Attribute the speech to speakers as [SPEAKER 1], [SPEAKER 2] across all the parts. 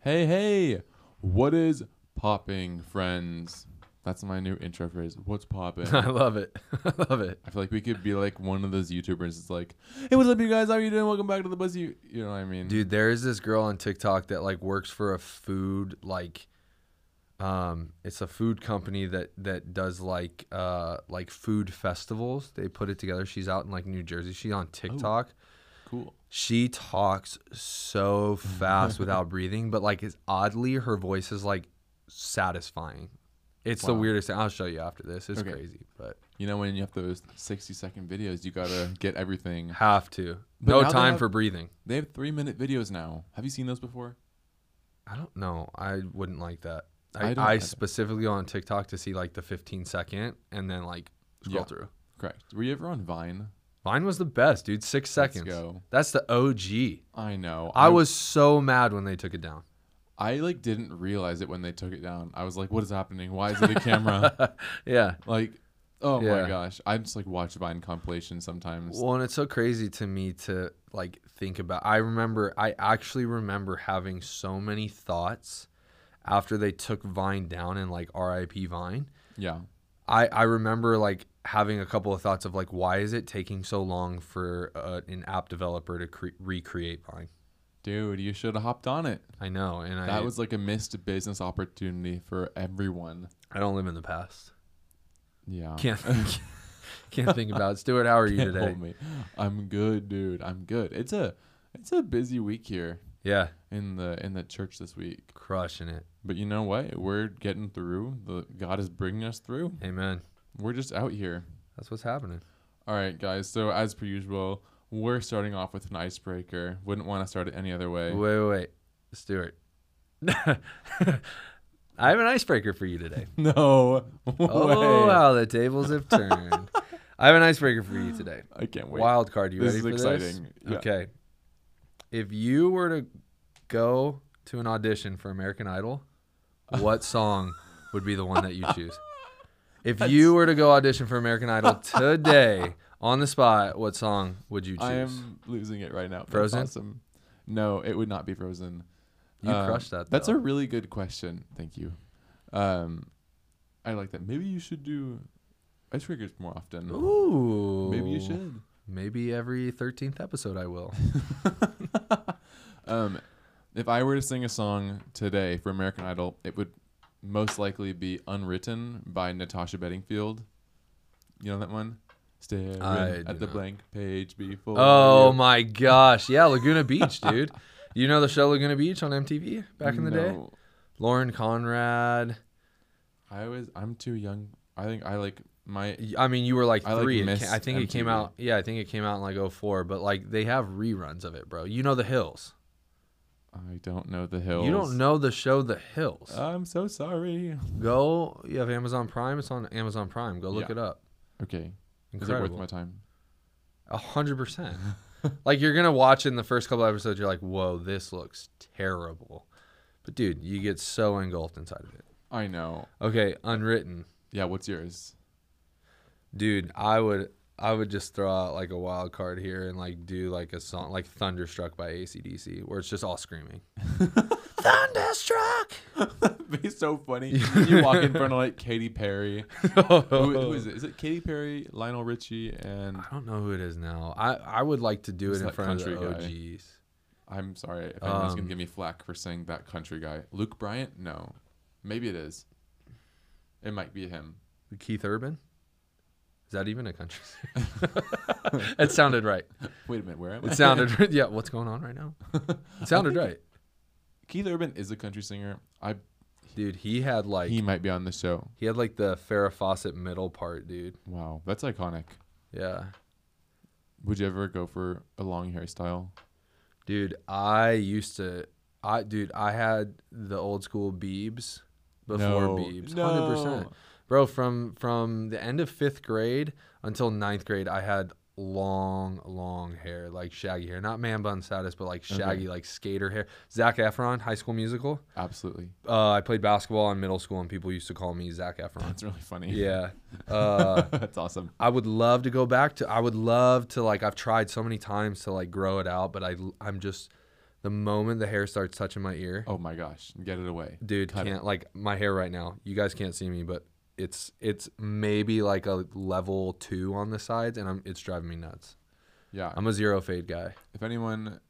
[SPEAKER 1] Hey, hey, what is popping, friends? That's my new intro phrase. What's popping?
[SPEAKER 2] I love it. I love it.
[SPEAKER 1] I feel like we could be like one of those YouTubers. It's like, hey, what's up, you guys? How are you doing? Welcome back to the Buzz. You, you know what I mean?
[SPEAKER 2] Dude, there is this girl on TikTok that like works for a food like um it's a food company that that does like uh like food festivals. They put it together. She's out in like New Jersey. She's on TikTok.
[SPEAKER 1] Cool.
[SPEAKER 2] She talks so fast without breathing, but like it's oddly her voice is like satisfying. It's the
[SPEAKER 1] Wow.
[SPEAKER 2] weirdest thing. I'll show you after this. It's
[SPEAKER 1] Okay.
[SPEAKER 2] crazy, but
[SPEAKER 1] You know when you have those sixty-second videos, you gotta get everything.
[SPEAKER 2] have to.
[SPEAKER 1] But now
[SPEAKER 2] no
[SPEAKER 1] they
[SPEAKER 2] time
[SPEAKER 1] have-
[SPEAKER 2] for breathing.
[SPEAKER 1] They have three-minute videos now. Have you seen those before?
[SPEAKER 2] I don't know. I wouldn't like that.
[SPEAKER 1] I
[SPEAKER 2] I,
[SPEAKER 1] don't
[SPEAKER 2] I,
[SPEAKER 1] either.
[SPEAKER 2] specifically go on TikTok to see like the 15 second and then like scroll
[SPEAKER 1] Yeah.
[SPEAKER 2] through.
[SPEAKER 1] Correct. Were you ever on Vine?
[SPEAKER 2] Mine was the best, dude. Six seconds.
[SPEAKER 1] go.
[SPEAKER 2] That's the OG.
[SPEAKER 1] I know.
[SPEAKER 2] I was so mad when they took it down.
[SPEAKER 1] I like didn't realize it when they took it down. I was like, what is happening? Why is it a camera?
[SPEAKER 2] yeah.
[SPEAKER 1] Like, oh
[SPEAKER 2] Yeah.
[SPEAKER 1] my gosh. I just like watch Vine compilations sometimes.
[SPEAKER 2] Well, and it's so crazy to me to like think about. I remember, I actually remember having so many thoughts after they took Vine down and like RIP Vine.
[SPEAKER 1] Yeah.
[SPEAKER 2] I I remember like having a couple of thoughts of like why is it taking so long for uh, an app developer to cre- recreate Vine?
[SPEAKER 1] Dude, you should have hopped on it.
[SPEAKER 2] I know, and I
[SPEAKER 1] That was like a missed business opportunity for everyone.
[SPEAKER 2] I don't live in the past.
[SPEAKER 1] Yeah.
[SPEAKER 2] Can't think, can't think about it. eh? Stuart. How are you
[SPEAKER 1] Can't
[SPEAKER 2] today?
[SPEAKER 1] hold me. I'm good, dude. I'm good. It's a it's a busy week here
[SPEAKER 2] Yeah,
[SPEAKER 1] in the in the church this week.
[SPEAKER 2] crushing it.
[SPEAKER 1] But you know what? We're getting through. The God is bringing us through.
[SPEAKER 2] Amen.
[SPEAKER 1] We're just out here.
[SPEAKER 2] That's what's happening.
[SPEAKER 1] All right, guys. So as per usual, we're starting off with an icebreaker. Wouldn't want to start it any other way.
[SPEAKER 2] Wait, wait, wait. Stuart. I have an icebreaker for you today.
[SPEAKER 1] No
[SPEAKER 2] Oh,
[SPEAKER 1] way.
[SPEAKER 2] how the tables have turned. I have an icebreaker for you today.
[SPEAKER 1] I can't wait.
[SPEAKER 2] Wild card. You
[SPEAKER 1] This
[SPEAKER 2] ready
[SPEAKER 1] is
[SPEAKER 2] for
[SPEAKER 1] exciting.
[SPEAKER 2] this?
[SPEAKER 1] Yeah.
[SPEAKER 2] Okay. If you were to go to an audition for American Idol, what song would be the one that you choose? If you were to go audition for American Idol today on the spot, what song would you choose?
[SPEAKER 1] I am losing it right now. That's
[SPEAKER 2] Frozen?
[SPEAKER 1] awesome. No, it would not be Frozen.
[SPEAKER 2] you
[SPEAKER 1] Um,
[SPEAKER 2] crushed that.
[SPEAKER 1] That's a
[SPEAKER 2] though.
[SPEAKER 1] really good question. Thank you. Um, I like that. Maybe you should do icebreakers more often.
[SPEAKER 2] Ooh.
[SPEAKER 1] Maybe you should.
[SPEAKER 2] Maybe every 13th episode I will.
[SPEAKER 1] Um, if I were to sing a song today for American Idol, it would most likely be "Unwritten" by Natasha Bedingfield. You know that one? Staring
[SPEAKER 2] I
[SPEAKER 1] at
[SPEAKER 2] do
[SPEAKER 1] the
[SPEAKER 2] not.
[SPEAKER 1] blank page before.
[SPEAKER 2] Oh
[SPEAKER 1] you.
[SPEAKER 2] my gosh. Yeah, Laguna Beach, dude. You know the show Laguna Beach on MTV back in the day?
[SPEAKER 1] No.
[SPEAKER 2] Lauren Conrad.
[SPEAKER 1] I was. I'm too young. I think I like my.
[SPEAKER 2] Y- I mean, you were like
[SPEAKER 1] I, like,
[SPEAKER 2] three. It ca- I,
[SPEAKER 1] missed
[SPEAKER 2] think it came
[SPEAKER 1] MTV.
[SPEAKER 2] out. Yeah, I think it came out in like 04, but like they have reruns of it, bro. You know The Hills.
[SPEAKER 1] I don't know the hills. Uh.
[SPEAKER 2] You don't know the show The Hills.
[SPEAKER 1] I'm so sorry.
[SPEAKER 2] Go. You have Amazon Prime. It's on Amazon Prime. Go look
[SPEAKER 1] Yeah.
[SPEAKER 2] it up.
[SPEAKER 1] Okay. Is it worth my
[SPEAKER 2] Incredible.
[SPEAKER 1] time?
[SPEAKER 2] A hundred percent. Like you're gonna watch it in the first couple episodes, you're like, "Whoa, this looks terrible," but dude, you get so engulfed inside of it.
[SPEAKER 1] I know.
[SPEAKER 2] Okay, unwritten.
[SPEAKER 1] Yeah. What's yours?
[SPEAKER 2] Dude, I would I would just throw out like a wild card here and like do like a song like Thunderstruck by ACDC where it's just all screaming. Thunderstruck.
[SPEAKER 1] It'd be so funny. you walk in front of like Katy Perry. Who, who is it? Is it Katy Perry, Lionel Richie, and
[SPEAKER 2] I don't know who it is now. I I would like to do
[SPEAKER 1] Just
[SPEAKER 2] it in
[SPEAKER 1] that
[SPEAKER 2] front of the
[SPEAKER 1] country guy.
[SPEAKER 2] OGs.
[SPEAKER 1] I'm sorry if anyone's
[SPEAKER 2] Um,
[SPEAKER 1] gonna give me flack for saying that country guy, Luke Bryant. No, maybe it is. It might be him.
[SPEAKER 2] Keith Urban? Is that even a country? singer? it sounded right.
[SPEAKER 1] Wait a minute, where am I?
[SPEAKER 2] It sounded yeah, what's going on right now? It sounded right.
[SPEAKER 1] Keith Urban is a country singer. I
[SPEAKER 2] Dude, he had like
[SPEAKER 1] he
[SPEAKER 2] he,
[SPEAKER 1] might be on the show.
[SPEAKER 2] had like the Farrah Fawcett middle part, dude.
[SPEAKER 1] Wow, that's iconic.
[SPEAKER 2] Yeah.
[SPEAKER 1] Would you ever go for a long hairstyle?
[SPEAKER 2] Dude, I used to I dude, I had the old school Beebs before
[SPEAKER 1] No.
[SPEAKER 2] Beebs.
[SPEAKER 1] No.
[SPEAKER 2] 100%. Bro, from from the end of 5th grade until ninth grade, I had long long hair, like shaggy hair. Not man bun status, but like shaggy like skater hair. Zach Efron, High School Musical.
[SPEAKER 1] Absolutely.
[SPEAKER 2] Uh, I played basketball in middle school and people used to call me Zach Efron.
[SPEAKER 1] That's really funny.
[SPEAKER 2] yeah. Uh
[SPEAKER 1] that's awesome.
[SPEAKER 2] I would love to go back to. I would love to like. I've tried so many times to like grow it out, but I I'm just the the moment the hair starts touching my ear,
[SPEAKER 1] Oh my gosh, get it away.
[SPEAKER 2] dude,
[SPEAKER 1] cut it.
[SPEAKER 2] can't like my hair right now. You guys can't see me, but it's it's maybe like a level two on the sides, and I'm it's driving me nuts.
[SPEAKER 1] Yeah.
[SPEAKER 2] I'm a zero fade guy.
[SPEAKER 1] if anyone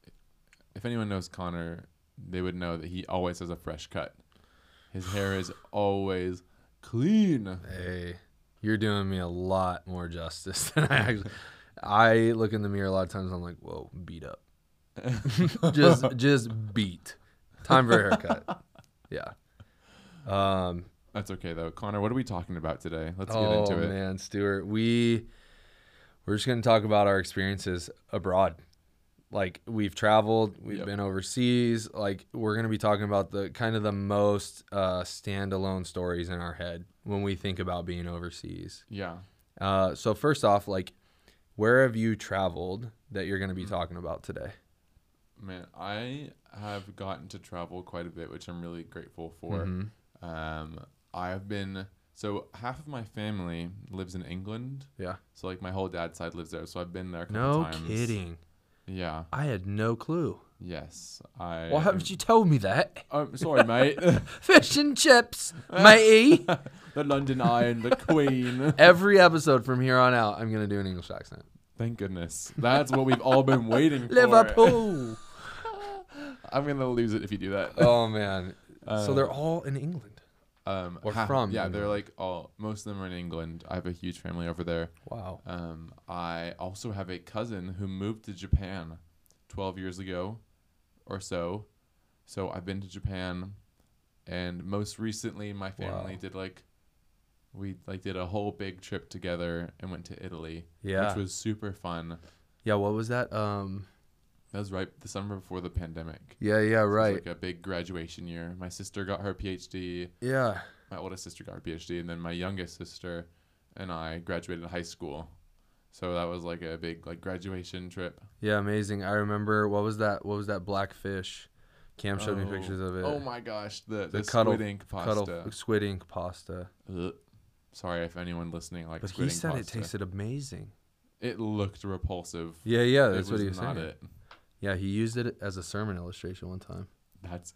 [SPEAKER 1] if anyone knows Connor, they would know that he always has a fresh cut. His hair is always clean.
[SPEAKER 2] Hey, you're doing me a lot more justice than I actually. I look in the mirror a lot of times. I'm like, whoa, beat up. just just beat. Time for a haircut. Yeah. Um.
[SPEAKER 1] That's okay though. Connor, what are we talking about today? Let's get
[SPEAKER 2] oh
[SPEAKER 1] into it.
[SPEAKER 2] man, Stuart, we we're just gonna talk about our experiences abroad. Like we've traveled, we've
[SPEAKER 1] Yep.
[SPEAKER 2] been overseas. Like we're gonna be talking about the kind of the most uh, standalone stories in our head when we think about being overseas.
[SPEAKER 1] Yeah.
[SPEAKER 2] Uh, so first off, like, where have you traveled that you're going to be
[SPEAKER 1] Hmm.
[SPEAKER 2] talking about today?
[SPEAKER 1] Man, I have gotten to travel quite a bit, which I'm really grateful for.
[SPEAKER 2] Mhm.
[SPEAKER 1] Um, I've been so half of my family lives in England.
[SPEAKER 2] Yeah.
[SPEAKER 1] So like my whole dad's side lives there. So I've been there a couple
[SPEAKER 2] No
[SPEAKER 1] times.
[SPEAKER 2] kidding.
[SPEAKER 1] Yeah.
[SPEAKER 2] I had no clue.
[SPEAKER 1] Yes. I.
[SPEAKER 2] Why haven't you told me that?
[SPEAKER 1] I'm sorry, mate.
[SPEAKER 2] Fish and chips, matey.
[SPEAKER 1] the London Eye and the Queen.
[SPEAKER 2] Every episode from here on out, I'm going to do an English accent.
[SPEAKER 1] Thank goodness. That's what we've all been waiting for.
[SPEAKER 2] Liverpool.
[SPEAKER 1] I'm gonna lose it if you do that.
[SPEAKER 2] oh, man.
[SPEAKER 1] Uh,
[SPEAKER 2] so they're all in England.
[SPEAKER 1] Um,
[SPEAKER 2] Or from
[SPEAKER 1] Yeah, they're
[SPEAKER 2] England.
[SPEAKER 1] like all. Most of them are in England. I have a huge family over there.
[SPEAKER 2] Wow.
[SPEAKER 1] Um, I also have a cousin who moved to Japan 12 years ago or so. So I've been to Japan and most recently my family
[SPEAKER 2] Wow.
[SPEAKER 1] did like we like did a whole big trip together and went to Italy,
[SPEAKER 2] Yeah.
[SPEAKER 1] which was super fun.
[SPEAKER 2] yeah. What was that? Um.
[SPEAKER 1] That was right the summer before the pandemic.
[SPEAKER 2] Yeah. Yeah.
[SPEAKER 1] So it was
[SPEAKER 2] Right.
[SPEAKER 1] like a big graduation year. My sister got her PhD,
[SPEAKER 2] yeah.
[SPEAKER 1] my oldest sister got her PhD, and then my youngest sister and I graduated high school. So that was like a big like graduation trip.
[SPEAKER 2] Yeah. Amazing. I remember. What was that? What was that black fish? Cam showed me pictures of it.
[SPEAKER 1] Oh my gosh, the the,
[SPEAKER 2] cuddle-
[SPEAKER 1] squid ink
[SPEAKER 2] Cuddle-
[SPEAKER 1] pasta.
[SPEAKER 2] squid ink pasta.
[SPEAKER 1] Ugh. Sorry if anyone listening likes
[SPEAKER 2] But
[SPEAKER 1] squid
[SPEAKER 2] he
[SPEAKER 1] ink
[SPEAKER 2] said it
[SPEAKER 1] pasta.
[SPEAKER 2] tasted amazing.
[SPEAKER 1] It looked repulsive.
[SPEAKER 2] Yeah, yeah,
[SPEAKER 1] It
[SPEAKER 2] that's what
[SPEAKER 1] was
[SPEAKER 2] he was
[SPEAKER 1] not
[SPEAKER 2] saying.
[SPEAKER 1] it.
[SPEAKER 2] Yeah, he used it as a sermon illustration one time.
[SPEAKER 1] That's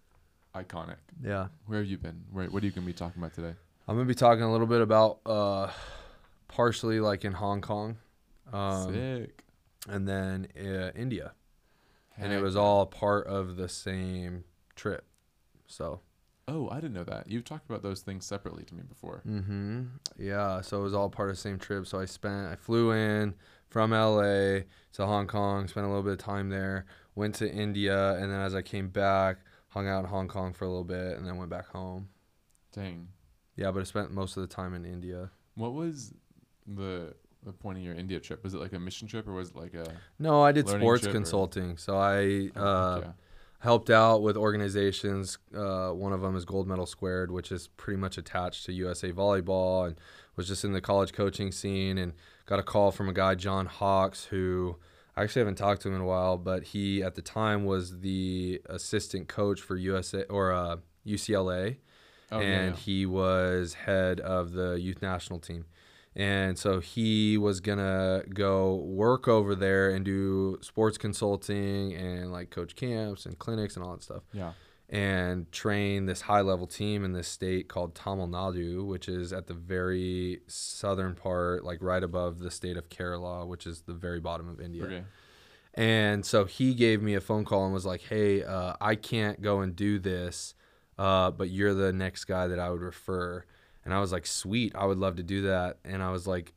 [SPEAKER 1] iconic.
[SPEAKER 2] Yeah,
[SPEAKER 1] Where have you been? Where, what are you gonna be talking about today?
[SPEAKER 2] I'm gonna be talking a little bit about uh, partially like in Hong Kong, um,
[SPEAKER 1] Sick.
[SPEAKER 2] and then uh, India, and it
[SPEAKER 1] Heck.
[SPEAKER 2] was all part of the same trip. So,
[SPEAKER 1] Oh, I didn't know that. You've talked about those things separately to me before.
[SPEAKER 2] mm-hmm. yeah, so it was all part of the same trip. So I spent, I flew in from LA to Hong Kong, spent a little bit of time there, went to India, and then as I came back, hung out in Hong Kong for a little bit, and then went back home.
[SPEAKER 1] Dang.
[SPEAKER 2] Yeah, but I spent most of the time in India.
[SPEAKER 1] What was the the point of your India trip? Was it like a mission trip or was it like a
[SPEAKER 2] No, I did
[SPEAKER 1] Learning
[SPEAKER 2] sports
[SPEAKER 1] trip or-
[SPEAKER 2] consulting. So I
[SPEAKER 1] oh,
[SPEAKER 2] uh,
[SPEAKER 1] heck
[SPEAKER 2] helped out with organizations. Uh, one of them is Gold Medal Squared, which is pretty much attached to USA Volleyball, and was just in the college coaching scene. And got a call from a guy, John Hawks, who I actually haven't talked to him in a while, but he at the time was the assistant coach for USA or uh, UCLA
[SPEAKER 1] yeah. Oh, yeah,
[SPEAKER 2] and
[SPEAKER 1] yeah.
[SPEAKER 2] he was head of the youth national team. And so he was gonna go work over there and do sports consulting and like coach camps and clinics and all that stuff,
[SPEAKER 1] yeah.
[SPEAKER 2] and train this high level team in this state called Tamil Nadu, which is at the very southern part, like right above the state of Kerala, which is the very bottom of India.
[SPEAKER 1] Okay.
[SPEAKER 2] And so he gave me a phone call and was like, "Hey, uh, I can't go and do this, uh, but you're the next guy that I would refer." And I was like, "Sweet, I would love to do that." And I was like,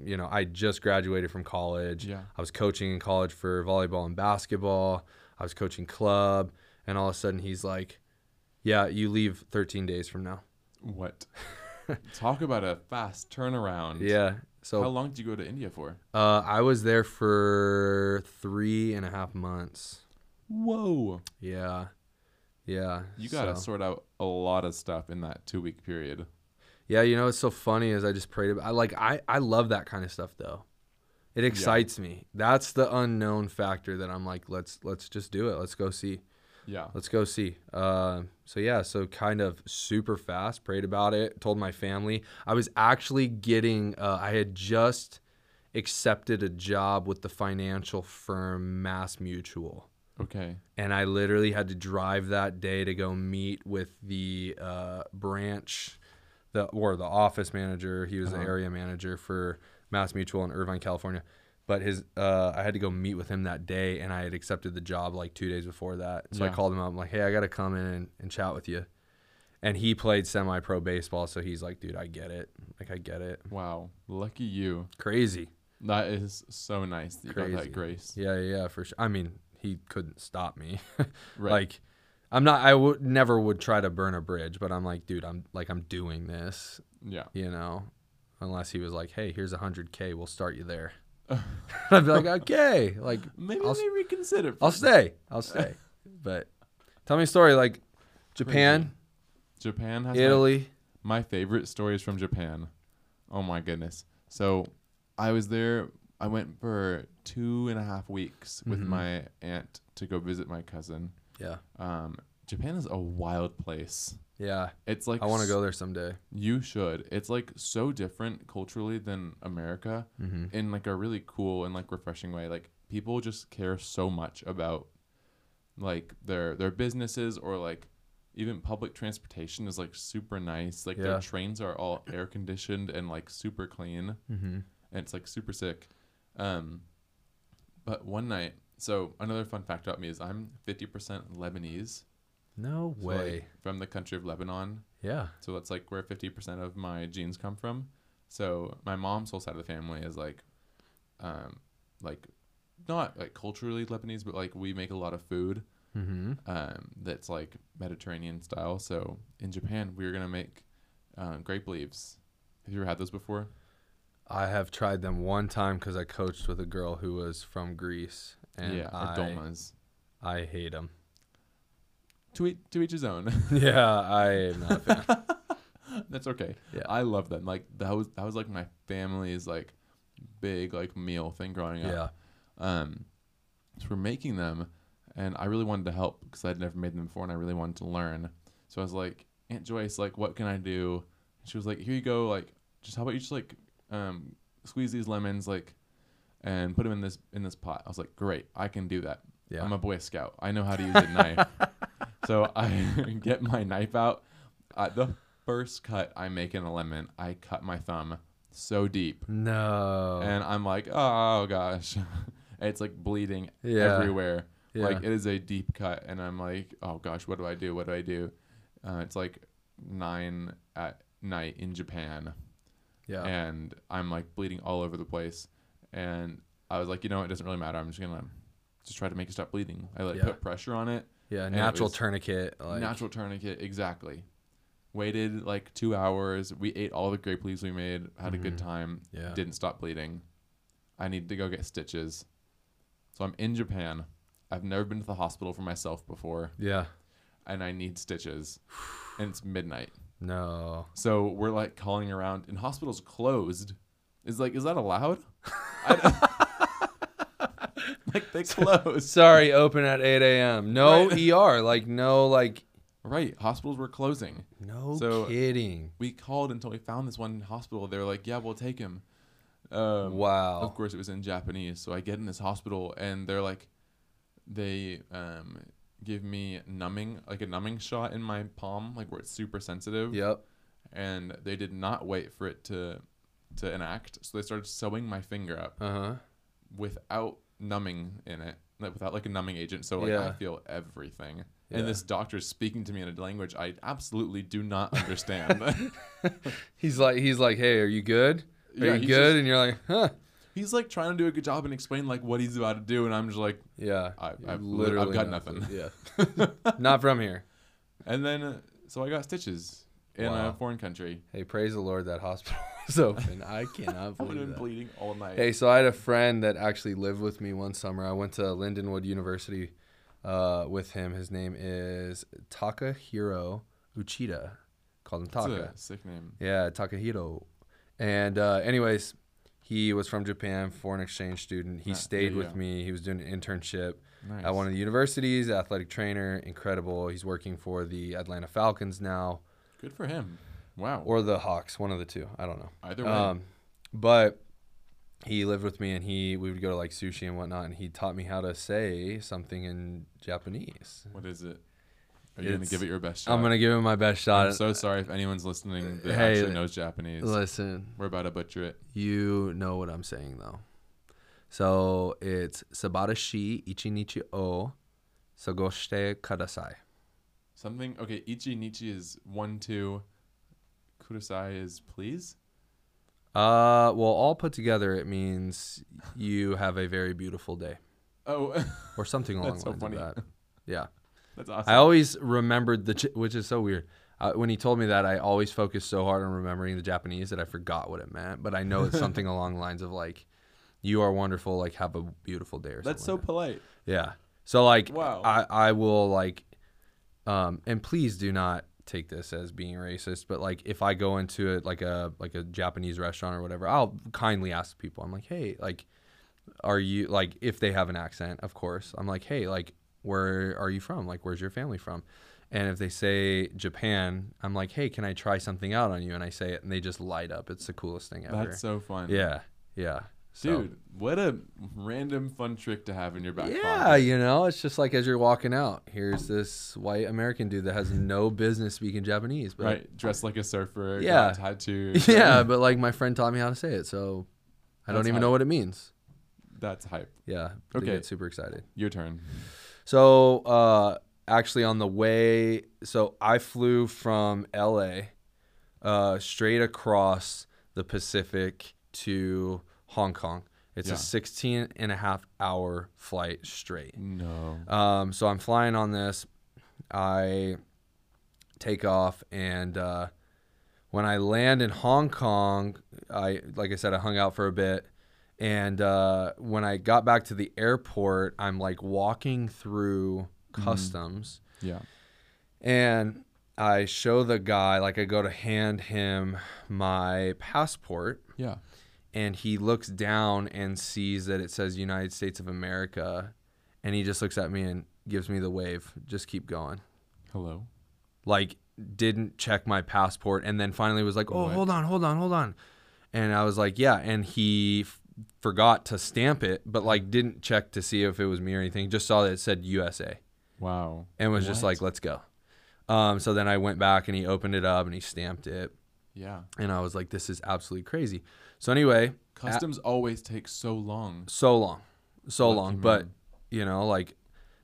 [SPEAKER 2] "You know, I just graduated from college.
[SPEAKER 1] Yeah.
[SPEAKER 2] I was coaching in college for volleyball and basketball. I was coaching club, and all of a sudden he's like, "Yeah, you leave 13 days from now."
[SPEAKER 1] What? Talk about a fast turnaround.
[SPEAKER 2] Yeah.
[SPEAKER 1] How
[SPEAKER 2] So
[SPEAKER 1] long did you go to India for?
[SPEAKER 2] uh, I was there for three and a half months.
[SPEAKER 1] Whoa.
[SPEAKER 2] Yeah. Yeah.
[SPEAKER 1] You got to
[SPEAKER 2] so-
[SPEAKER 1] sort out a lot of stuff in that two week period.
[SPEAKER 2] Yeah, you know what's so funny is I just prayed about I like I I love that kind of stuff though. It excites me. That's the unknown factor that I'm like let's let's just do it. Let's go see.
[SPEAKER 1] Yeah.
[SPEAKER 2] Let's go see. Uh, so yeah, so kind of super fast. Prayed about it. Told my family. I was actually getting. Uh, I had just accepted a job with the financial firm Mass Mutual.
[SPEAKER 1] Okay.
[SPEAKER 2] and I literally had to drive that day to go meet with the uh, branch, the or the office manager. He was the
[SPEAKER 1] Uh-huh.
[SPEAKER 2] area manager for Mass Mutual in Irvine, California. But his, uh, I had to go meet with him that day, and I had accepted the job like two days before that. So I
[SPEAKER 1] Yeah.
[SPEAKER 2] called him up, I'm like, "Hey, I gotta come in and, and chat with you." And he played semi-pro baseball, so he's like, "Dude, I get it. Like, I get it.
[SPEAKER 1] Wow. Lucky you.
[SPEAKER 2] Crazy.
[SPEAKER 1] That is so nice that you got
[SPEAKER 2] Crazy.
[SPEAKER 1] that grace.
[SPEAKER 2] Yeah, yeah, yeah, for sure. I mean, he couldn't stop me.
[SPEAKER 1] Right.
[SPEAKER 2] Like, I'm not. I would never would try to burn a bridge, but I'm like, dude, I'm like, I'm doing this,
[SPEAKER 1] yeah.
[SPEAKER 2] you know. Unless he was like, hey, here's a hundred k, we'll start you there. I'd be like, okay, like
[SPEAKER 1] Maybe
[SPEAKER 2] I'll s-
[SPEAKER 1] they reconsider.
[SPEAKER 2] I'll stay, I'll stay. But tell me a story like Japan,
[SPEAKER 1] Japan has my-
[SPEAKER 2] Italy.
[SPEAKER 1] my, favorite stories from Japan. Oh my goodness. So I was there. I went for two and a half weeks with
[SPEAKER 2] Mhm.
[SPEAKER 1] my aunt to go visit my cousin.
[SPEAKER 2] Yeah,
[SPEAKER 1] Um, Japan is a wild place.
[SPEAKER 2] yeah.
[SPEAKER 1] It's like
[SPEAKER 2] I want to
[SPEAKER 1] s-
[SPEAKER 2] go there someday.
[SPEAKER 1] You should. It's like so different culturally than America
[SPEAKER 2] Mm-hmm.
[SPEAKER 1] in like a really cool and like refreshing way. Like people just care so much about like their their businesses or like even public transportation is like super nice. Like
[SPEAKER 2] Yeah.
[SPEAKER 1] their trains are all air conditioned and like super clean
[SPEAKER 2] Mm-hmm.
[SPEAKER 1] and it's like super sick. Um but one night, so another fun fact about me is I'm 50% Lebanese.
[SPEAKER 2] No
[SPEAKER 1] so, like,
[SPEAKER 2] way.
[SPEAKER 1] from the country of Lebanon.
[SPEAKER 2] yeah.
[SPEAKER 1] So that's like where 50% of my genes come from. So my mom's whole side of the family is like, um, like not like culturally Lebanese, but like we make a lot of food,
[SPEAKER 2] Mm-hmm.
[SPEAKER 1] um, that's like Mediterranean style. So in Japan, we were going to make, um, grape leaves. Have you ever had those before?
[SPEAKER 2] I have tried them one time because I coached with a girl who was from Greece, and
[SPEAKER 1] yeah. Or
[SPEAKER 2] I,
[SPEAKER 1] dolmas.
[SPEAKER 2] I hate them.
[SPEAKER 1] To each, to each his own.
[SPEAKER 2] yeah, I am not a fan.
[SPEAKER 1] that's okay.
[SPEAKER 2] Yeah.
[SPEAKER 1] I love them. Like that was, that was like my family's like big, like meal thing growing up.
[SPEAKER 2] yeah.
[SPEAKER 1] um, so we're making them, and I really wanted to help because I'd never made them before, and I really wanted to learn. So I was like, Aunt Joyce, like, what can I do? And she was like, Here you go, like, just how about you just like, um, squeeze these lemons, like, and put them in this in this pot. I was like, Great, I can do that.
[SPEAKER 2] Yeah.
[SPEAKER 1] I'm a Boy Scout. I know how to use a knife. So I get my knife out. Uh, the first cut I make in a lemon, I cut my thumb so deep
[SPEAKER 2] no.
[SPEAKER 1] and I'm like, oh gosh, it's like bleeding
[SPEAKER 2] Yeah.
[SPEAKER 1] everywhere.
[SPEAKER 2] yeah.
[SPEAKER 1] Like it is a deep cut, and I'm like, oh gosh, what do I do? What do I do? Uh, it's like nine at night in Japan,
[SPEAKER 2] yeah.
[SPEAKER 1] and I'm like bleeding all over the place. And I was like, you know, it doesn't really matter. I'm just gonna just try to make it stop bleeding. I like
[SPEAKER 2] Yeah.
[SPEAKER 1] put pressure on it.
[SPEAKER 2] yeah.
[SPEAKER 1] and it
[SPEAKER 2] Natural
[SPEAKER 1] was-
[SPEAKER 2] tourniquet. Like,
[SPEAKER 1] Natural tourniquet, exactly. Waited like two hours. We ate all the grape leaves we made. Had a good
[SPEAKER 2] Mhm.
[SPEAKER 1] time
[SPEAKER 2] Yeah.
[SPEAKER 1] didn't stop bleeding. I need to go get stitches. So I'm in Japan. I've never been to the hospital for myself before,
[SPEAKER 2] yeah.
[SPEAKER 1] and I need stitches. And it's midnight.
[SPEAKER 2] No.
[SPEAKER 1] So we're like calling around, and hospitals closed. Is like, is that allowed? I don't- like they closed.
[SPEAKER 2] Sorry. Open at 8 a.m. No
[SPEAKER 1] Right.
[SPEAKER 2] ER. Like no. Like
[SPEAKER 1] Right, hospitals were closing.
[SPEAKER 2] no
[SPEAKER 1] So-
[SPEAKER 2] kidding.
[SPEAKER 1] We called until we found this one hospital. They were like, yeah, we'll take him. Um, of
[SPEAKER 2] Wow.
[SPEAKER 1] course it was in japanese so i get in this hospital and they're like they um give me numbing like a numbing shot in my palm like where it's super sensitive
[SPEAKER 2] Yep.
[SPEAKER 1] and they did not wait for it to to enact so they started sewing my finger up
[SPEAKER 2] Uh huh.
[SPEAKER 1] without numbing in it like without like a numbing agent so like i
[SPEAKER 2] Yeah.
[SPEAKER 1] feel everything
[SPEAKER 2] Yeah.
[SPEAKER 1] and this doctor's speaking to me in a language i absolutely do not understand
[SPEAKER 2] He's like he's like, hey, are you good? Are
[SPEAKER 1] Yeah,
[SPEAKER 2] you
[SPEAKER 1] he's
[SPEAKER 2] good?
[SPEAKER 1] just-
[SPEAKER 2] and you're like, huh?
[SPEAKER 1] he's like trying to do a good job and explain like what he's about to do and i'm just like
[SPEAKER 2] Yeah.
[SPEAKER 1] I-
[SPEAKER 2] You
[SPEAKER 1] I've lit- I've got
[SPEAKER 2] have
[SPEAKER 1] nothing.
[SPEAKER 2] to- Yeah. not from here.
[SPEAKER 1] And then, uh, so I got stitches in a
[SPEAKER 2] Wow.
[SPEAKER 1] foreign country.
[SPEAKER 2] Hey, praise the Lord that hospital is open. I cannot
[SPEAKER 1] I've been
[SPEAKER 2] believe that.
[SPEAKER 1] bleeding all night.
[SPEAKER 2] Hey, so I had a friend that actually lived with me one summer. I went to Lindenwood University uh, with him. His name is Takahiro Uchida. Called him
[SPEAKER 1] That's
[SPEAKER 2] Taka.
[SPEAKER 1] a sick name.
[SPEAKER 2] Yeah, Takahiro. And uh, anyways, he was from Japan, foreign exchange student. He
[SPEAKER 1] Ah,
[SPEAKER 2] stayed
[SPEAKER 1] yeah,
[SPEAKER 2] with
[SPEAKER 1] yeah.
[SPEAKER 2] me. He was doing an internship
[SPEAKER 1] Nice.
[SPEAKER 2] at one of the universities, athletic trainer, incredible. He's working for the Atlanta Falcons now
[SPEAKER 1] Good for him. Wow.
[SPEAKER 2] or the Hawks, one of the two. I don't know.
[SPEAKER 1] Either way.
[SPEAKER 2] Um, but he lived with me and he we would go to like sushi and whatnot and he taught me how to say something in Japanese.
[SPEAKER 1] What is it? Are you gonna
[SPEAKER 2] It's-
[SPEAKER 1] give it your best shot?
[SPEAKER 2] I'm gonna give him my best shot.
[SPEAKER 1] I'm so sorry if anyone's listening that
[SPEAKER 2] Hey,
[SPEAKER 1] actually knows Japanese.
[SPEAKER 2] Listen,
[SPEAKER 1] We're about to butcher it.
[SPEAKER 2] you know what I'm saying though. So it's sabatashi ichinichi o sagoshite kudasai.
[SPEAKER 1] Something okay. Ichi nichi is one two. Kudasai is please.
[SPEAKER 2] Uh, well, all put together, it means you have a very beautiful day
[SPEAKER 1] Oh,
[SPEAKER 2] or something along
[SPEAKER 1] That's
[SPEAKER 2] the
[SPEAKER 1] so
[SPEAKER 2] lines
[SPEAKER 1] funny.
[SPEAKER 2] of that. Yeah.
[SPEAKER 1] that's awesome.
[SPEAKER 2] I always remembered the, J- which is so weird. Uh, when he told me that, I always focused so hard on remembering the Japanese that I forgot what it meant. But I know it's something along the lines of like, "You are wonderful," like "Have a beautiful day," or
[SPEAKER 1] that's so
[SPEAKER 2] something.
[SPEAKER 1] polite.
[SPEAKER 2] That's so. yeah. So like,
[SPEAKER 1] Wow.
[SPEAKER 2] I I will like, um, and please do not take this as being racist. But like, if I go into it like a like a Japanese restaurant or whatever, I'll kindly ask people. I'm like, hey, like, are you like if they have an accent of course i'm like hey like where are you from like where's your family from and if they say japan i'm like hey can i try something out on you and i say it and they just light up it's the coolest thing ever
[SPEAKER 1] That's so fun.
[SPEAKER 2] yeah yeah So-
[SPEAKER 1] Dude, what a random fun trick to have in your back
[SPEAKER 2] yeah
[SPEAKER 1] pocket.
[SPEAKER 2] you know it's just like as you're walking out here's this white american dude that has no business speaking japanese but
[SPEAKER 1] Right, dressed like a surfer.
[SPEAKER 2] Yeah.
[SPEAKER 1] got tattoos.
[SPEAKER 2] yeah but like my friend taught me how to say it so i don't
[SPEAKER 1] That's
[SPEAKER 2] even
[SPEAKER 1] hype.
[SPEAKER 2] know what it means
[SPEAKER 1] that's hype.
[SPEAKER 2] yeah they
[SPEAKER 1] Okay.
[SPEAKER 2] get super excited
[SPEAKER 1] Your turn.
[SPEAKER 2] So uh, actually, on the way, so I flew from LA uh, straight across the Pacific to Hong Kong. It's
[SPEAKER 1] Yeah.
[SPEAKER 2] a 16 and a half hour flight straight.
[SPEAKER 1] No.
[SPEAKER 2] Um, so I'm flying on this. I take off, and uh, when I land in Hong Kong, I like I said, I hung out for a bit. And uh, when I got back to the airport, I'm like walking through customs,
[SPEAKER 1] Yeah.
[SPEAKER 2] and I show the guy like I go to hand him my passport,
[SPEAKER 1] Yeah.
[SPEAKER 2] and he looks down and sees that it says United States of America and he just looks at me and gives me the wave just keep going
[SPEAKER 1] Hello.
[SPEAKER 2] like didn't check my passport and then finally was like oh
[SPEAKER 1] What?
[SPEAKER 2] hold on hold on hold on and i was like yeah and he f- forgot to stamp it but like didn't check to see if it was me or anything just saw that it said usa
[SPEAKER 1] Wow.
[SPEAKER 2] and was just
[SPEAKER 1] What?
[SPEAKER 2] like let's go um, so then i went back and he opened it up and he stamped it
[SPEAKER 1] Yeah.
[SPEAKER 2] and i was like this is absolutely crazy so anyway a-
[SPEAKER 1] Customs always take so long.
[SPEAKER 2] so long so
[SPEAKER 1] Lucky
[SPEAKER 2] long
[SPEAKER 1] man.
[SPEAKER 2] but you know like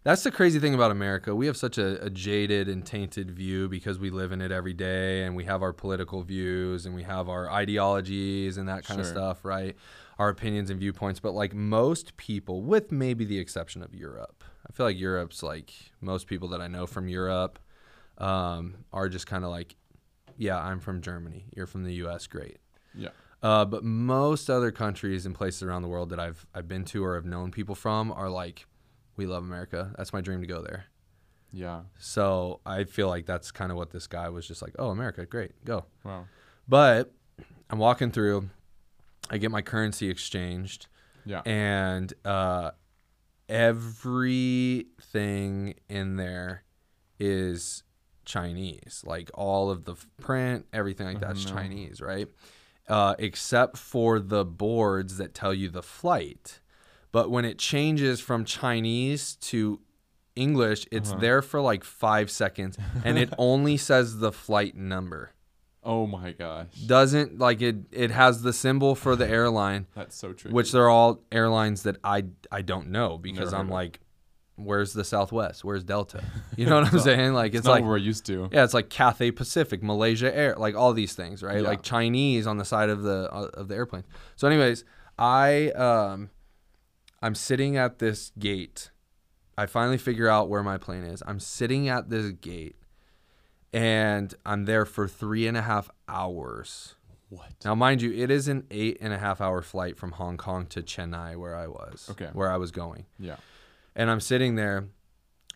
[SPEAKER 2] that's the crazy thing about america we have such a, a jaded and tainted view because we live in it every day and we have our political views and we have our ideologies and that kind of
[SPEAKER 1] Sure.
[SPEAKER 2] stuff right our opinions and viewpoints but like most people with maybe the exception of europe i feel like europe's like most people that i know from europe um, are just kind of like yeah i'm from germany you're from the us great
[SPEAKER 1] Yeah.
[SPEAKER 2] uh, but most other countries and places around the world that I've I've been to or have known people from are like, we love America. That's my dream to go there.
[SPEAKER 1] Yeah.
[SPEAKER 2] So I feel like that's kind of what this guy was just like. Oh, America, great, go.
[SPEAKER 1] Wow.
[SPEAKER 2] But I'm walking through. I get my currency exchanged,
[SPEAKER 1] Yeah.
[SPEAKER 2] and uh, everything in there is Chinese. Like all of the f- print, everything like that's
[SPEAKER 1] no.
[SPEAKER 2] Chinese, right? Uh, except for the boards that tell you the flight. But when it changes from Chinese to English, it's there for like five seconds and it only says the flight number.
[SPEAKER 1] oh my gosh.
[SPEAKER 2] Doesn't like it, it has the symbol for the airline,
[SPEAKER 1] That's so tricky.
[SPEAKER 2] which uh, they're all airlines that I I don't know because
[SPEAKER 1] Never heard
[SPEAKER 2] I'm
[SPEAKER 1] of.
[SPEAKER 2] like, where's the Southwest? Where's Delta? You know what I'm saying? Like it's,
[SPEAKER 1] it's not
[SPEAKER 2] like
[SPEAKER 1] what we're used to.
[SPEAKER 2] yeah, it's like Cathay Pacific, Malaysia Air, like all these things, right?
[SPEAKER 1] Yeah.
[SPEAKER 2] Like Chinese on the side of the uh, of the airplane. So, anyways, I um, I'm sitting at this gate. I finally figure out where my plane is. I'm sitting at this gate, and I'm there for three and a half hours.
[SPEAKER 1] What?
[SPEAKER 2] Now, mind you, it is an eight and a half hour flight from Hong Kong to Chennai, where I was,
[SPEAKER 1] Okay.
[SPEAKER 2] where I was going,
[SPEAKER 1] Yeah.
[SPEAKER 2] and I'm sitting there,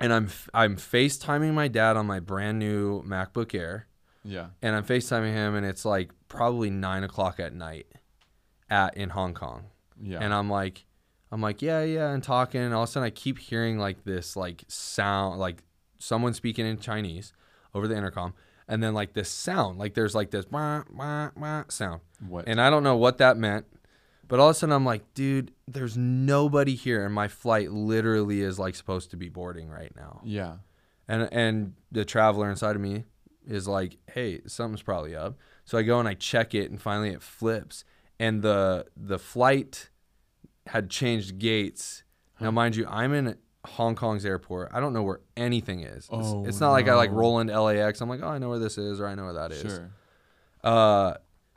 [SPEAKER 2] and I'm I'm FaceTiming my dad on my brand new MacBook Air,
[SPEAKER 1] Yeah.
[SPEAKER 2] and I'm FaceTiming him, and it's like probably nine o'clock at night, at in Hong Kong,
[SPEAKER 1] Yeah.
[SPEAKER 2] and I'm like, I'm like, yeah, yeah, and talking, and all of a sudden I keep hearing like this like sound, like someone speaking in Chinese over the intercom, and then like this sound, like there's like this wah, wah, wah sound.
[SPEAKER 1] what?
[SPEAKER 2] And I don't know what that meant, But all of a sudden, I'm like, dude, there's nobody here, and my flight literally is like supposed to be boarding right now.
[SPEAKER 1] Yeah.
[SPEAKER 2] And and the traveler inside of me is like, hey, something's probably up. So I go and I check it, and finally it flips, and the the flight had changed gates. Now, mind you, I'm in Hong Kong's airport. I don't know where anything is. It's,
[SPEAKER 1] Oh,
[SPEAKER 2] it's not like I like
[SPEAKER 1] no.
[SPEAKER 2] roll into LAX. I'm like, oh, I know where this is, or I know where that is.
[SPEAKER 1] Sure.
[SPEAKER 2] Uh,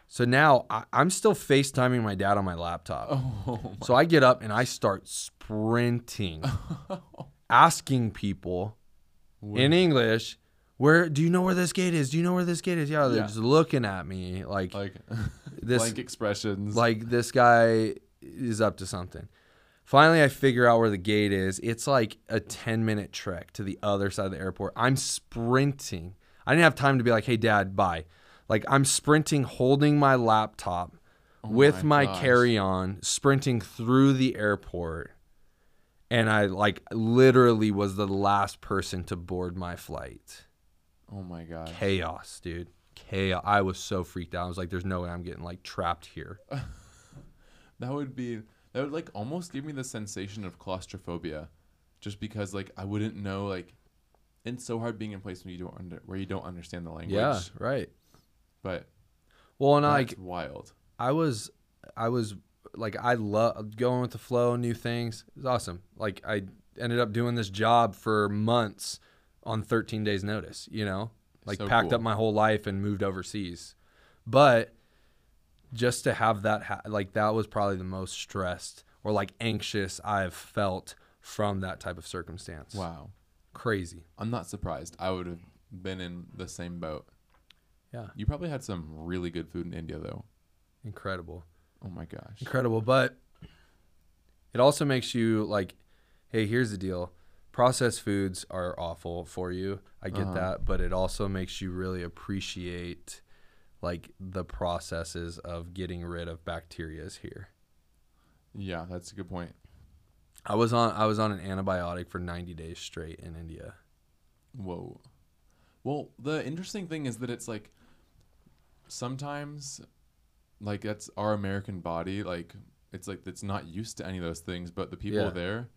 [SPEAKER 2] so now I, I'm still FaceTiming my dad on my laptop.
[SPEAKER 1] Oh.
[SPEAKER 2] So I get up and I start sprinting, asking people in English, "Where do you know where this gate is? Do you know where this gate is?" Yeah, they're
[SPEAKER 1] Yeah.
[SPEAKER 2] just looking at me like like,
[SPEAKER 1] like
[SPEAKER 2] This-
[SPEAKER 1] blank expressions.
[SPEAKER 2] this guy is up to something. Finally, I figure out where the gate is. It's like a 10 minute trek to the other side of the airport. I'm sprinting. I didn't have time to be like, hey, dad, bye. Like, I'm sprinting, holding my laptop with
[SPEAKER 1] my
[SPEAKER 2] my,
[SPEAKER 1] gosh.
[SPEAKER 2] carry on, sprinting through the airport. And I, like, literally was the last person to board my flight.
[SPEAKER 1] oh my god.
[SPEAKER 2] Chaos, dude. Chaos. I was so freaked out. I was like, there's no way I'm getting, like, trapped here.
[SPEAKER 1] That would be that would like almost give me the sensation of claustrophobia, just because like I wouldn't know like it's so hard being in place when you don't under where you don't understand the language.
[SPEAKER 2] Yeah, right.
[SPEAKER 1] But
[SPEAKER 2] Well, and
[SPEAKER 1] that's
[SPEAKER 2] like
[SPEAKER 1] wild.
[SPEAKER 2] I was, I was like I love going with the flow, new things. It was awesome. Like I ended up doing this job for months on 13 days notice. You know, like
[SPEAKER 1] So
[SPEAKER 2] packed
[SPEAKER 1] cool.
[SPEAKER 2] up my whole life and moved overseas. But just to have that, ha- like that was probably the most stressed or like anxious I've felt from that type of circumstance.
[SPEAKER 1] Wow.
[SPEAKER 2] crazy.
[SPEAKER 1] I'm not surprised. I would have been in the same boat.
[SPEAKER 2] Yeah.
[SPEAKER 1] You probably had some really good food in India though.
[SPEAKER 2] Incredible.
[SPEAKER 1] Oh my gosh.
[SPEAKER 2] incredible but it also makes you like hey here's the deal processed foods are awful for you i get
[SPEAKER 1] Uh-huh.
[SPEAKER 2] that but it also makes you really appreciate like the processes of getting rid of bacterias here
[SPEAKER 1] Yeah, that's a good point.
[SPEAKER 2] i was on i was on an antibiotic for 90 days straight in india
[SPEAKER 1] Whoa. Well, the interesting thing is that it's like sometimes like that's our American body, like it's like it's not used to any of those things, but the people
[SPEAKER 2] Yeah.
[SPEAKER 1] there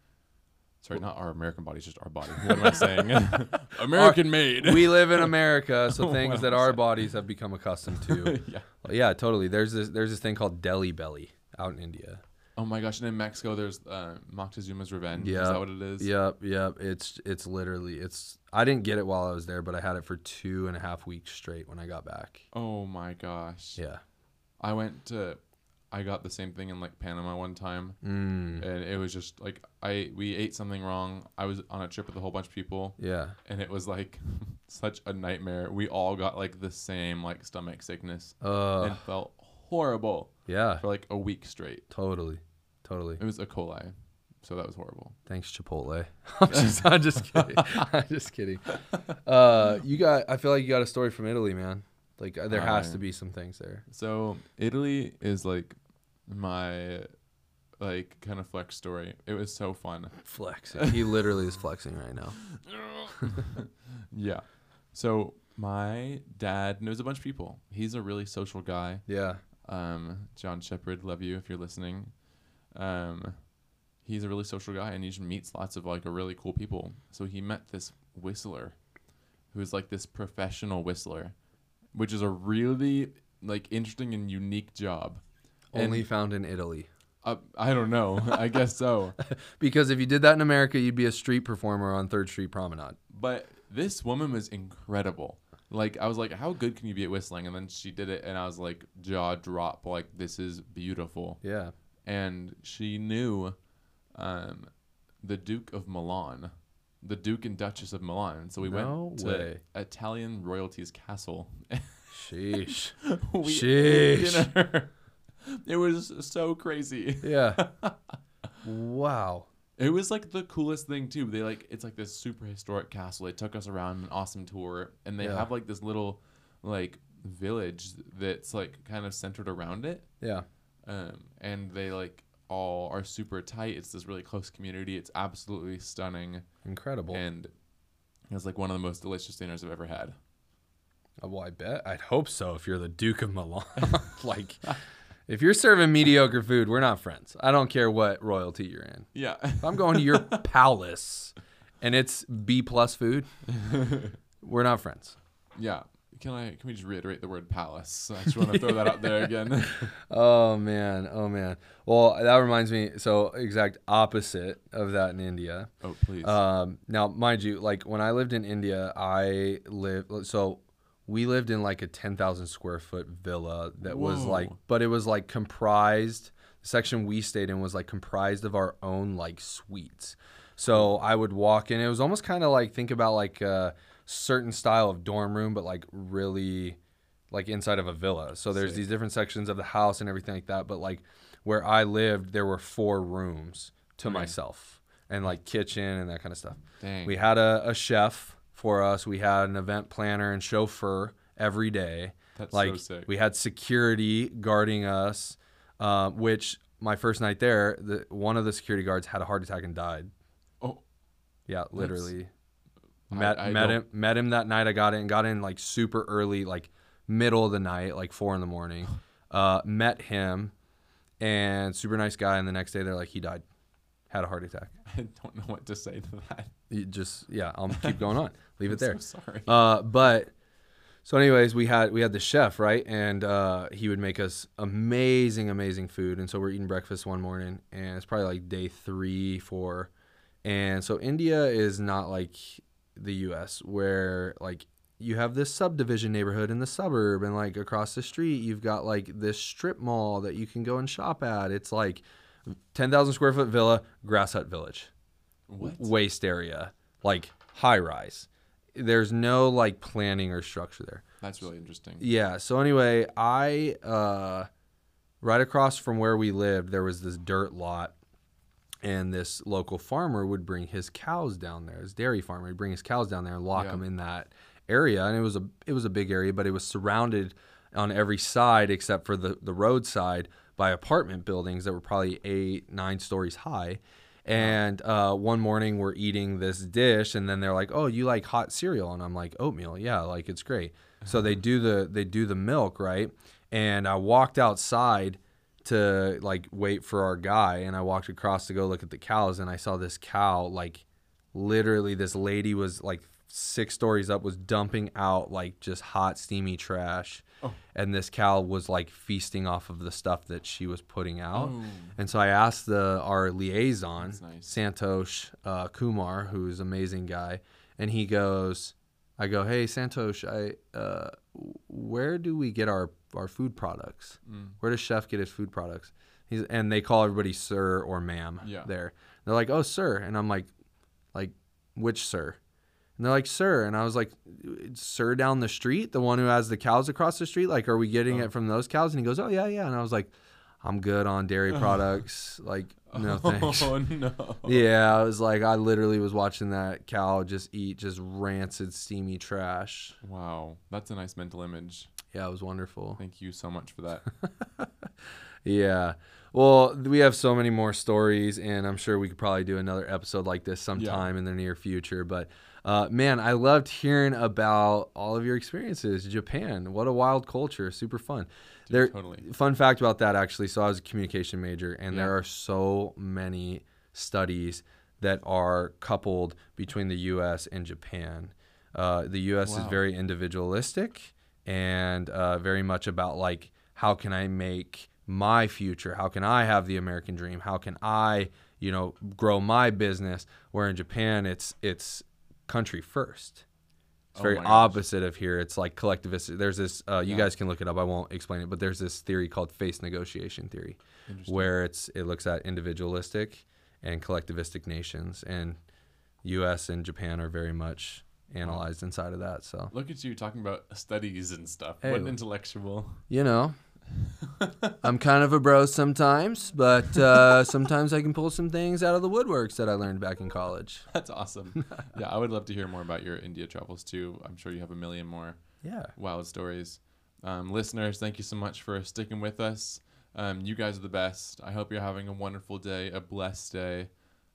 [SPEAKER 1] sorry, not our American body, it's just our body. What am I saying? American made.
[SPEAKER 2] we live in america so things
[SPEAKER 1] Well
[SPEAKER 2] that our
[SPEAKER 1] said.
[SPEAKER 2] bodies have become accustomed to
[SPEAKER 1] yeah.
[SPEAKER 2] yeah totally there's this there's this thing called deli belly out in india
[SPEAKER 1] Oh my gosh, and in Mexico there's uh Moctezuma's Revenge. Is
[SPEAKER 2] Yeah.
[SPEAKER 1] that what it is?
[SPEAKER 2] Yep, yep. It's it's literally it's. I didn't get it while I was there, but I had it for two and a half weeks straight when I got back.
[SPEAKER 1] Oh my gosh.
[SPEAKER 2] Yeah.
[SPEAKER 1] I went to I got the same thing in like Panama one time.
[SPEAKER 2] Mm.
[SPEAKER 1] and it was just like I we ate something wrong. I was on a trip with a whole bunch of people,
[SPEAKER 2] Yeah.
[SPEAKER 1] and it was like such a nightmare. We all got like the same like stomach sickness
[SPEAKER 2] Uh.
[SPEAKER 1] and felt horrible
[SPEAKER 2] Yeah.
[SPEAKER 1] for like a week straight.
[SPEAKER 2] Totally. Totally.
[SPEAKER 1] It was E. coli, so that was horrible.
[SPEAKER 2] Thanks, Chipotle. I'm just, I'm just kidding. I'm just kidding. Uh, you got. I feel like you got a story from Italy, man. Like uh, there has
[SPEAKER 1] I-
[SPEAKER 2] to be some things there.
[SPEAKER 1] So Italy is like my like kind of flex story. It was so fun.
[SPEAKER 2] Flexing. He literally is flexing right now.
[SPEAKER 1] yeah. So my dad knows a bunch of people. He's a really social guy.
[SPEAKER 2] Yeah.
[SPEAKER 1] um, John Shepard, love you if you're listening. Um, he's a really social guy and he just meets lots of like really cool people. So he met this whistler who is like this professional whistler, which is a really like interesting and unique job. And-
[SPEAKER 2] Only found in Italy.
[SPEAKER 1] Uh, I don't know. I guess so.
[SPEAKER 2] Because if you did that in America, you'd be a street performer on Third Street Promenade.
[SPEAKER 1] But this woman was incredible. Like I was like, how good can you be at whistling? And then she did it, and I was like, jaw drop. Like this is beautiful.
[SPEAKER 2] Yeah.
[SPEAKER 1] and she knew um, the Duke of Milan, the Duke and Duchess of Milan. So we
[SPEAKER 2] No
[SPEAKER 1] went to
[SPEAKER 2] way.
[SPEAKER 1] Italian royalty's castle.
[SPEAKER 2] Sheesh.
[SPEAKER 1] we
[SPEAKER 2] Sheesh.
[SPEAKER 1] ate dinner. It was so crazy.
[SPEAKER 2] Yeah. wow.
[SPEAKER 1] It was like the coolest thing too. They like it's like this super historic castle. They took us around an awesome tour, and they
[SPEAKER 2] Yeah.
[SPEAKER 1] have like this little like village that's like kind of centered around it.
[SPEAKER 2] Yeah.
[SPEAKER 1] um, and they like all are super tight. It's this really close community. It's absolutely stunning,
[SPEAKER 2] Incredible.
[SPEAKER 1] and it was like one of the most delicious dinners I've ever had.
[SPEAKER 2] Oh, well, I bet. I'd hope so if you're the Duke of Milan. like, If you're serving mediocre food, we're not friends. I don't care what royalty you're in.
[SPEAKER 1] Yeah.
[SPEAKER 2] If I'm going to your palace and it's B plus food, we're not friends.
[SPEAKER 1] yeah. Can I can we just reiterate the word palace? I just want to throw that out there again.
[SPEAKER 2] Oh man, oh man. Well, that reminds me. So exact opposite of that in India.
[SPEAKER 1] Oh please.
[SPEAKER 2] Um, now, mind you, like when I lived in India, I lived so we lived in like a ten thousand square foot villa that was
[SPEAKER 1] Whoa.
[SPEAKER 2] like, but it was like comprised. The section we stayed in was like comprised of our own like suites. So I would walk in. It was almost kind of like think about like a certain style of dorm room, but like really like inside of a villa. So there's
[SPEAKER 1] Sick.
[SPEAKER 2] these different sections of the house and everything like that. But like where I lived, there were four rooms to
[SPEAKER 1] Right.
[SPEAKER 2] myself and like kitchen and that kind of stuff.
[SPEAKER 1] Dang.
[SPEAKER 2] We had a, a chef for us. We had an event planner and chauffeur every day.
[SPEAKER 1] That's
[SPEAKER 2] like
[SPEAKER 1] so sick.
[SPEAKER 2] we had security guarding us, uh, which my first night there, the, one of the security guards had a heart attack and died.
[SPEAKER 1] oh
[SPEAKER 2] Yeah, literally.
[SPEAKER 1] I-
[SPEAKER 2] met
[SPEAKER 1] I
[SPEAKER 2] met
[SPEAKER 1] don't-
[SPEAKER 2] him met him that night. I got in got in like super early, like middle of the night, like four in the morning. Uh, met him, and super nice guy. And the next day they're like, he died, had a heart attack.
[SPEAKER 1] I don't know what to say to that.
[SPEAKER 2] You just yeah, I'll keep going on. Leave it there.
[SPEAKER 1] I'm so sorry.
[SPEAKER 2] Uh, but so, anyways, we had we had the chef right, and uh, he would make us amazing, amazing food. And so we're eating breakfast one morning, and it's probably like day three, four. And so India is not like the U.S. where like you have this subdivision neighborhood in the suburb, and like across the street you've got like this strip mall that you can go and shop at. It's like ten thousand square foot villa, grass hut village
[SPEAKER 1] what?
[SPEAKER 2] waste area, like high rise. There's no like planning or structure there.
[SPEAKER 1] That's really interesting.
[SPEAKER 2] Yeah. So anyway, I uh, right across from where we lived, there was this dirt lot, and this local farmer would bring his cows down there. His dairy farmer would bring his cows down there and lock
[SPEAKER 1] Yeah.
[SPEAKER 2] them in that area, and it was a it was a big area, but it was surrounded on every side except for the the roadside by apartment buildings that were probably eight nine stories high. And uh, one morning we're eating this dish, and then they're like, "Oh, you like hot cereal?" And I'm like, "Oatmeal, yeah, like it's great." So they do the they do the milk right, and I walked outside to like wait for our guy, and I walked across to go look at the cows, and I saw this cow like literally this lady was like six stories up was dumping out like just hot steamy trash
[SPEAKER 1] Oh.
[SPEAKER 2] and this cow was like feasting off of the stuff that she was putting out
[SPEAKER 1] Oh.
[SPEAKER 2] and so i asked the our liaison
[SPEAKER 1] That's nice.
[SPEAKER 2] santosh uh, kumar who's an amazing guy and he goes i go hey santosh i uh, where do we get our our food products
[SPEAKER 1] Mm.
[SPEAKER 2] where does chef get his food products He's, and they call everybody sir or ma'am
[SPEAKER 1] Yeah.
[SPEAKER 2] there they're like oh sir and i'm like like which sir and they're like sir and i was like sir down the street the one who has the cows across the street like are we getting
[SPEAKER 1] Oh.
[SPEAKER 2] it from those cows and he goes oh yeah yeah and i was like i'm good on dairy products like no thanks
[SPEAKER 1] Oh no.
[SPEAKER 2] yeah i was like i literally was watching that cow just eat just rancid steamy trash
[SPEAKER 1] Wow, that's a nice mental image.
[SPEAKER 2] yeah it was wonderful
[SPEAKER 1] Thank you so much for that.
[SPEAKER 2] Yeah. Well, th- we have so many more stories, and I'm sure we could probably do another episode like this sometime in the near future. But uh, man, I loved hearing about all of your experiences. Japan, what a wild culture, super fun. There,
[SPEAKER 1] totally.
[SPEAKER 2] fun fact about that actually. So I was a communication major, and
[SPEAKER 1] Yeah.
[SPEAKER 2] there are so many studies that are coupled between the U.S. and Japan. Uh, the U.S. is
[SPEAKER 1] Wow.
[SPEAKER 2] very individualistic and uh, very much about like how can I make my future? How can I have the American dream? How can I, you know, grow my business? Where in Japan, it's it's country first. It's
[SPEAKER 1] Oh
[SPEAKER 2] very
[SPEAKER 1] my gosh.
[SPEAKER 2] opposite of here. It's like collectivist. There's this. Uh, you
[SPEAKER 1] Yeah.
[SPEAKER 2] guys can look it up. I won't explain it, but there's this theory called face negotiation theory,
[SPEAKER 1] Interesting.
[SPEAKER 2] where it's it looks at individualistic and collectivistic nations, and U.S. and Japan are very much analyzed inside of that. So
[SPEAKER 1] Look at you talking about studies and stuff.
[SPEAKER 2] Hey.
[SPEAKER 1] What an intellectual.
[SPEAKER 2] you know, I'm kind of a bro sometimes, but uh, sometimes I can pull some things out of the woodworks that I learned back in college.
[SPEAKER 1] That's awesome. yeah, I would love to hear more about your India travels too. I'm sure you have a million more
[SPEAKER 2] Yeah.
[SPEAKER 1] wild stories. Um, listeners, thank you so much for sticking with us. Um, you guys are the best. I hope you're having a wonderful day, a blessed day.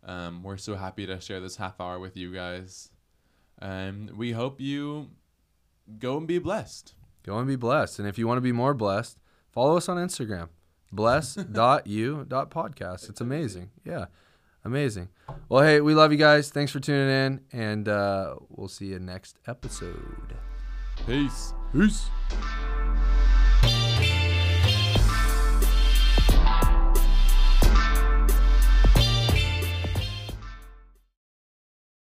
[SPEAKER 1] Um, we're so happy to share this half hour with you guys. Um, we hope you go and be blessed.
[SPEAKER 2] Go and be blessed. And if you want to be more blessed, follow us on Instagram. bless.u.podcast. It's amazing. Yeah. Amazing. Well, hey, we love you guys. Thanks for tuning in, and uh, we'll see you next episode.
[SPEAKER 1] Peace. Peace.